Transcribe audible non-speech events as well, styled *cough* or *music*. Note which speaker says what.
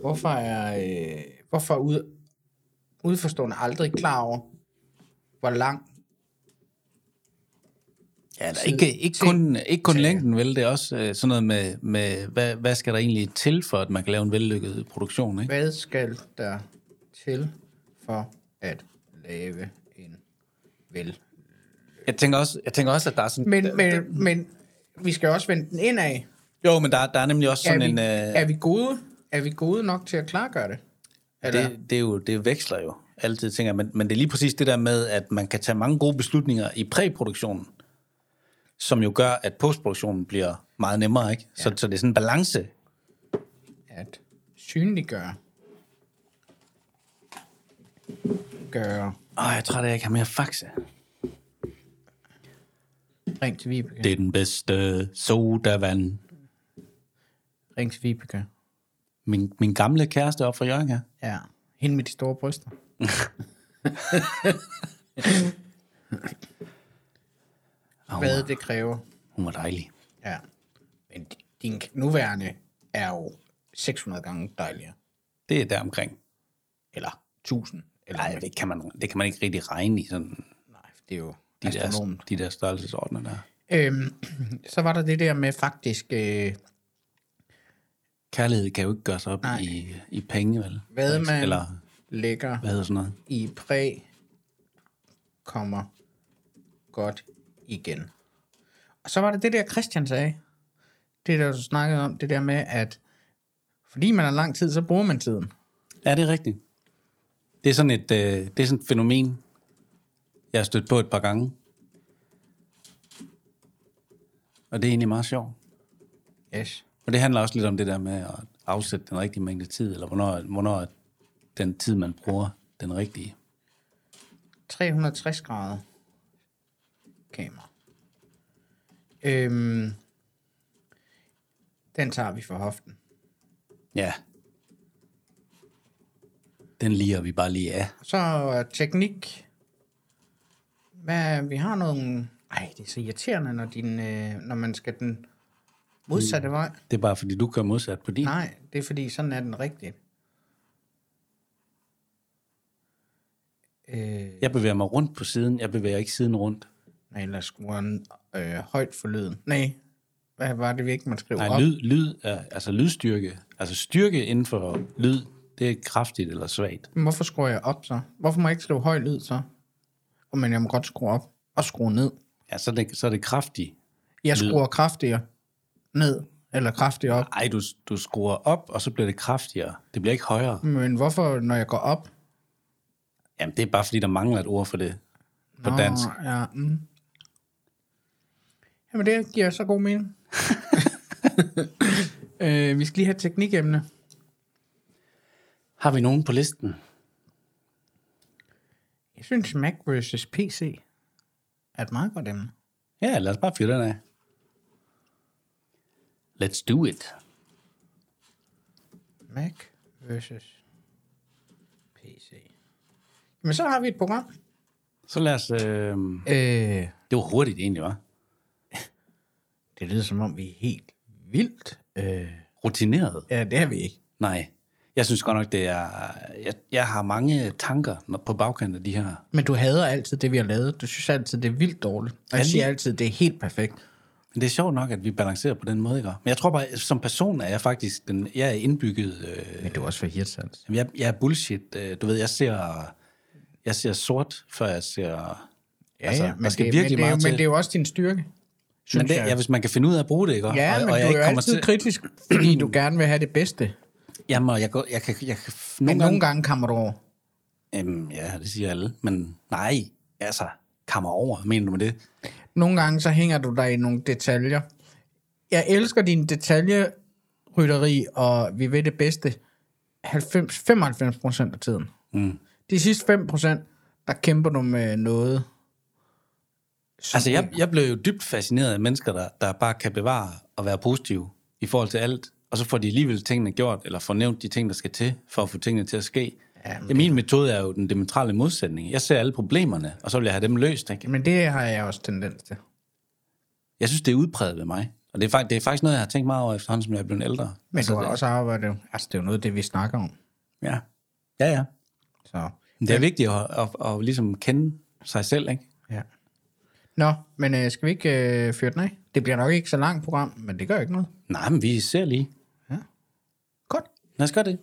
Speaker 1: Hvorfor er, øh, hvorfor er ud, udforstående aldrig klar over, hvor lang
Speaker 2: Ja, der er ikke, ikke kun, ikke kun længden, vel? Det er også øh, sådan noget med, med hvad, hvad skal der egentlig til, for at man kan lave en vellykket produktion, ikke?
Speaker 1: Hvad skal der til for at lave en vel?
Speaker 2: Jeg tænker også, jeg tænker også at der er sådan...
Speaker 1: Men, men, men vi skal også vende den indad.
Speaker 2: Jo, men der, der er nemlig også
Speaker 1: Er
Speaker 2: sådan
Speaker 1: vi,
Speaker 2: en... Øh,
Speaker 1: er, vi gode, er vi gode nok til at klargøre det? Eller,
Speaker 2: Det, det, er jo, det veksler jo altid, tænker jeg. Men, men det er lige præcis det der med, at man kan tage mange gode beslutninger i præproduktionen, som jo gør, at postproduktionen bliver meget nemmere, ikke? Ja. Så, så det er sådan en balance.
Speaker 1: at synliggøre. Gøre.
Speaker 2: Åh, jeg er træt af, at jeg ikke har mere faxe.
Speaker 1: Ring til Vibeke.
Speaker 2: Det er den bedste sodavand.
Speaker 1: Ring til Vibeke.
Speaker 2: Min, min gamle kæreste op fra Jørgen her.
Speaker 1: Ja. Hende med de store *laughs* bryster.
Speaker 2: Oh,
Speaker 1: Hvad det kræver.
Speaker 2: Hun var dejlig.
Speaker 1: Ja. Men din nuværende er jo 600 gange dejligere.
Speaker 2: Det er deromkring.
Speaker 1: Eller 1000. Eller
Speaker 2: Nej, det kan, man, det kan man ikke rigtig regne i sådan
Speaker 1: nej, det er jo
Speaker 2: de, der,
Speaker 1: astronomt.
Speaker 2: de der størrelsesordner der.
Speaker 1: Øhm, *clears throat* så var der det der med faktisk, øh,
Speaker 2: Kærlighed kan jo ikke gøres op
Speaker 1: Nej.
Speaker 2: i, i penge, vel?
Speaker 1: hvad man
Speaker 2: Eller
Speaker 1: lægger
Speaker 2: hvad hedder sådan noget?
Speaker 1: i præg, kommer godt igen. Og så var det det der, Christian sagde. Det der, du snakkede om, det der med, at fordi man har lang tid, så bruger man tiden.
Speaker 2: Ja, det er rigtigt. Det er sådan et, øh, det er sådan et fænomen, jeg har stødt på et par gange. Og det er egentlig meget sjovt.
Speaker 1: Yes.
Speaker 2: Og det handler også lidt om det der med at afsætte den rigtige mængde tid, eller hvornår, hvornår er den tid, man bruger, den rigtige.
Speaker 1: 360 grader kamera. Øhm, den tager vi for hoften.
Speaker 2: Ja. Den liger vi bare lige af.
Speaker 1: Så er teknik. Hvad, vi har nogle... Ej, det er så irriterende, når, din, øh, når man skal den modsatte vej.
Speaker 2: Det er bare, fordi du kører modsat på din.
Speaker 1: Nej, det er fordi, sådan er den rigtigt. Øh,
Speaker 2: Jeg bevæger mig rundt på siden. Jeg bevæger ikke siden rundt.
Speaker 1: nej, eller skruer den øh, højt for lyden. Nej, hvad var det virkelig, man skrev
Speaker 2: Nej,
Speaker 1: op?
Speaker 2: lyd, lyd er, altså lydstyrke. Altså styrke inden for lyd, det er kraftigt eller svagt.
Speaker 1: Men Hvorfor skruer jeg op så? Hvorfor må jeg ikke skrive høj lyd så? Åh, Men jeg må godt skrue op og skrue ned.
Speaker 2: Ja, så er det, så er det kraftigt.
Speaker 1: Jeg
Speaker 2: Lyd.
Speaker 1: skruer kraftigere ned, eller kraftigere op.
Speaker 2: Ej, du, du skruer op, og så bliver det kraftigere. Det bliver ikke højere.
Speaker 1: Men hvorfor, når jeg går op?
Speaker 2: Jamen, det er bare, fordi der mangler et ord for det på
Speaker 1: Nå,
Speaker 2: dansk.
Speaker 1: Ah, Ja, mm. Jamen, det giver så god mening.
Speaker 2: *laughs*
Speaker 1: øh, vi skal lige have et teknikemne.
Speaker 2: Har vi nogen på listen?
Speaker 1: Jeg synes, Mac vs. PC er et meget godt emne.
Speaker 2: Ja, lad os bare fyre den af. Let's do it.
Speaker 1: Mac vs. PC. Men så har vi et program.
Speaker 2: Så lad os... Øh...
Speaker 1: Øh,
Speaker 2: Det var hurtigt egentlig, var.
Speaker 1: Det lyder som om, vi er helt vildt. Øh.
Speaker 2: Rutineret.
Speaker 1: Ja, det er vi ikke.
Speaker 2: Nej. Jeg synes godt nok, det er... Jeg, jeg har mange tanker når- på bagkanten af de her.
Speaker 1: Men du hader altid det, vi har lavet. Du synes altid, det er vildt dårligt. Og jeg
Speaker 2: Anden-
Speaker 1: siger altid, det er helt perfekt.
Speaker 2: Men det er sjovt nok, at vi balancerer på den måde, ikke? Men jeg tror bare, som person er jeg faktisk... Den, jeg er indbygget... Øh,
Speaker 1: Men du er også for hirtsans.
Speaker 2: jeg, jeg er bullshit. Øh, du ved, jeg ser... Jeg ser sort, før jeg ser...
Speaker 1: Ja,
Speaker 2: Altså,
Speaker 1: ja,
Speaker 2: der skal
Speaker 1: det, men,
Speaker 2: virkelig
Speaker 1: det er, jo-
Speaker 2: meget
Speaker 1: men
Speaker 2: til.
Speaker 1: det er jo også din styrke.
Speaker 2: Men det,
Speaker 1: jeg.
Speaker 2: ja, hvis man kan finde ud af at bruge det, ikke? Og-
Speaker 1: Ja,
Speaker 2: og,
Speaker 1: men du
Speaker 2: og jeg
Speaker 1: er jo
Speaker 2: ikke kommer
Speaker 1: altid til...
Speaker 2: til...
Speaker 1: kritisk, fordi du gerne vil have det bedste.
Speaker 2: Jamen, og jeg, går, jeg, kan, jeg kan f-
Speaker 1: Men
Speaker 2: nogle gange...
Speaker 1: nogle gange kommer du over.
Speaker 2: Øhm, ja, det siger alle. Men nej, altså, kammer over, mener du med det?
Speaker 1: Nogle gange så hænger du dig i nogle detaljer. Jeg elsker din detaljerytteri, og vi ved det bedste 90, 95 procent af tiden.
Speaker 2: Mm.
Speaker 1: De sidste 5 procent, der kæmper du med noget. som
Speaker 2: Altså, jeg, jeg blev jo dybt fascineret af mennesker, der, der bare kan bevare og være positive i forhold til alt, og så får de alligevel tingene gjort, eller får nævnt de ting, der skal til, for at få tingene til at ske. Ja, min metode er jo den diametrale modsætning. Jeg ser alle problemerne, og så vil jeg have dem løst. Ikke?
Speaker 1: Men det har jeg også tendens til.
Speaker 2: Jeg synes, det er udpræget ved mig. Og det er, faktisk, det er faktisk noget, jeg har tænkt meget over efterhånden, som jeg er blevet ældre.
Speaker 1: Men du har
Speaker 2: det,
Speaker 1: også arbejdet, altså det er jo noget af det, vi snakker om.
Speaker 2: Ja, ja, ja.
Speaker 1: Så,
Speaker 2: Men Det er vigtigt at, at, at, at ligesom kende sig selv, ikke?
Speaker 1: ja. Nå, men øh, skal vi ikke øh, fyre den af? Det bliver nok ikke så langt program, men det gør ikke noget.
Speaker 2: Nej, men vi ser lige.
Speaker 1: Godt.
Speaker 2: Lad os gøre det.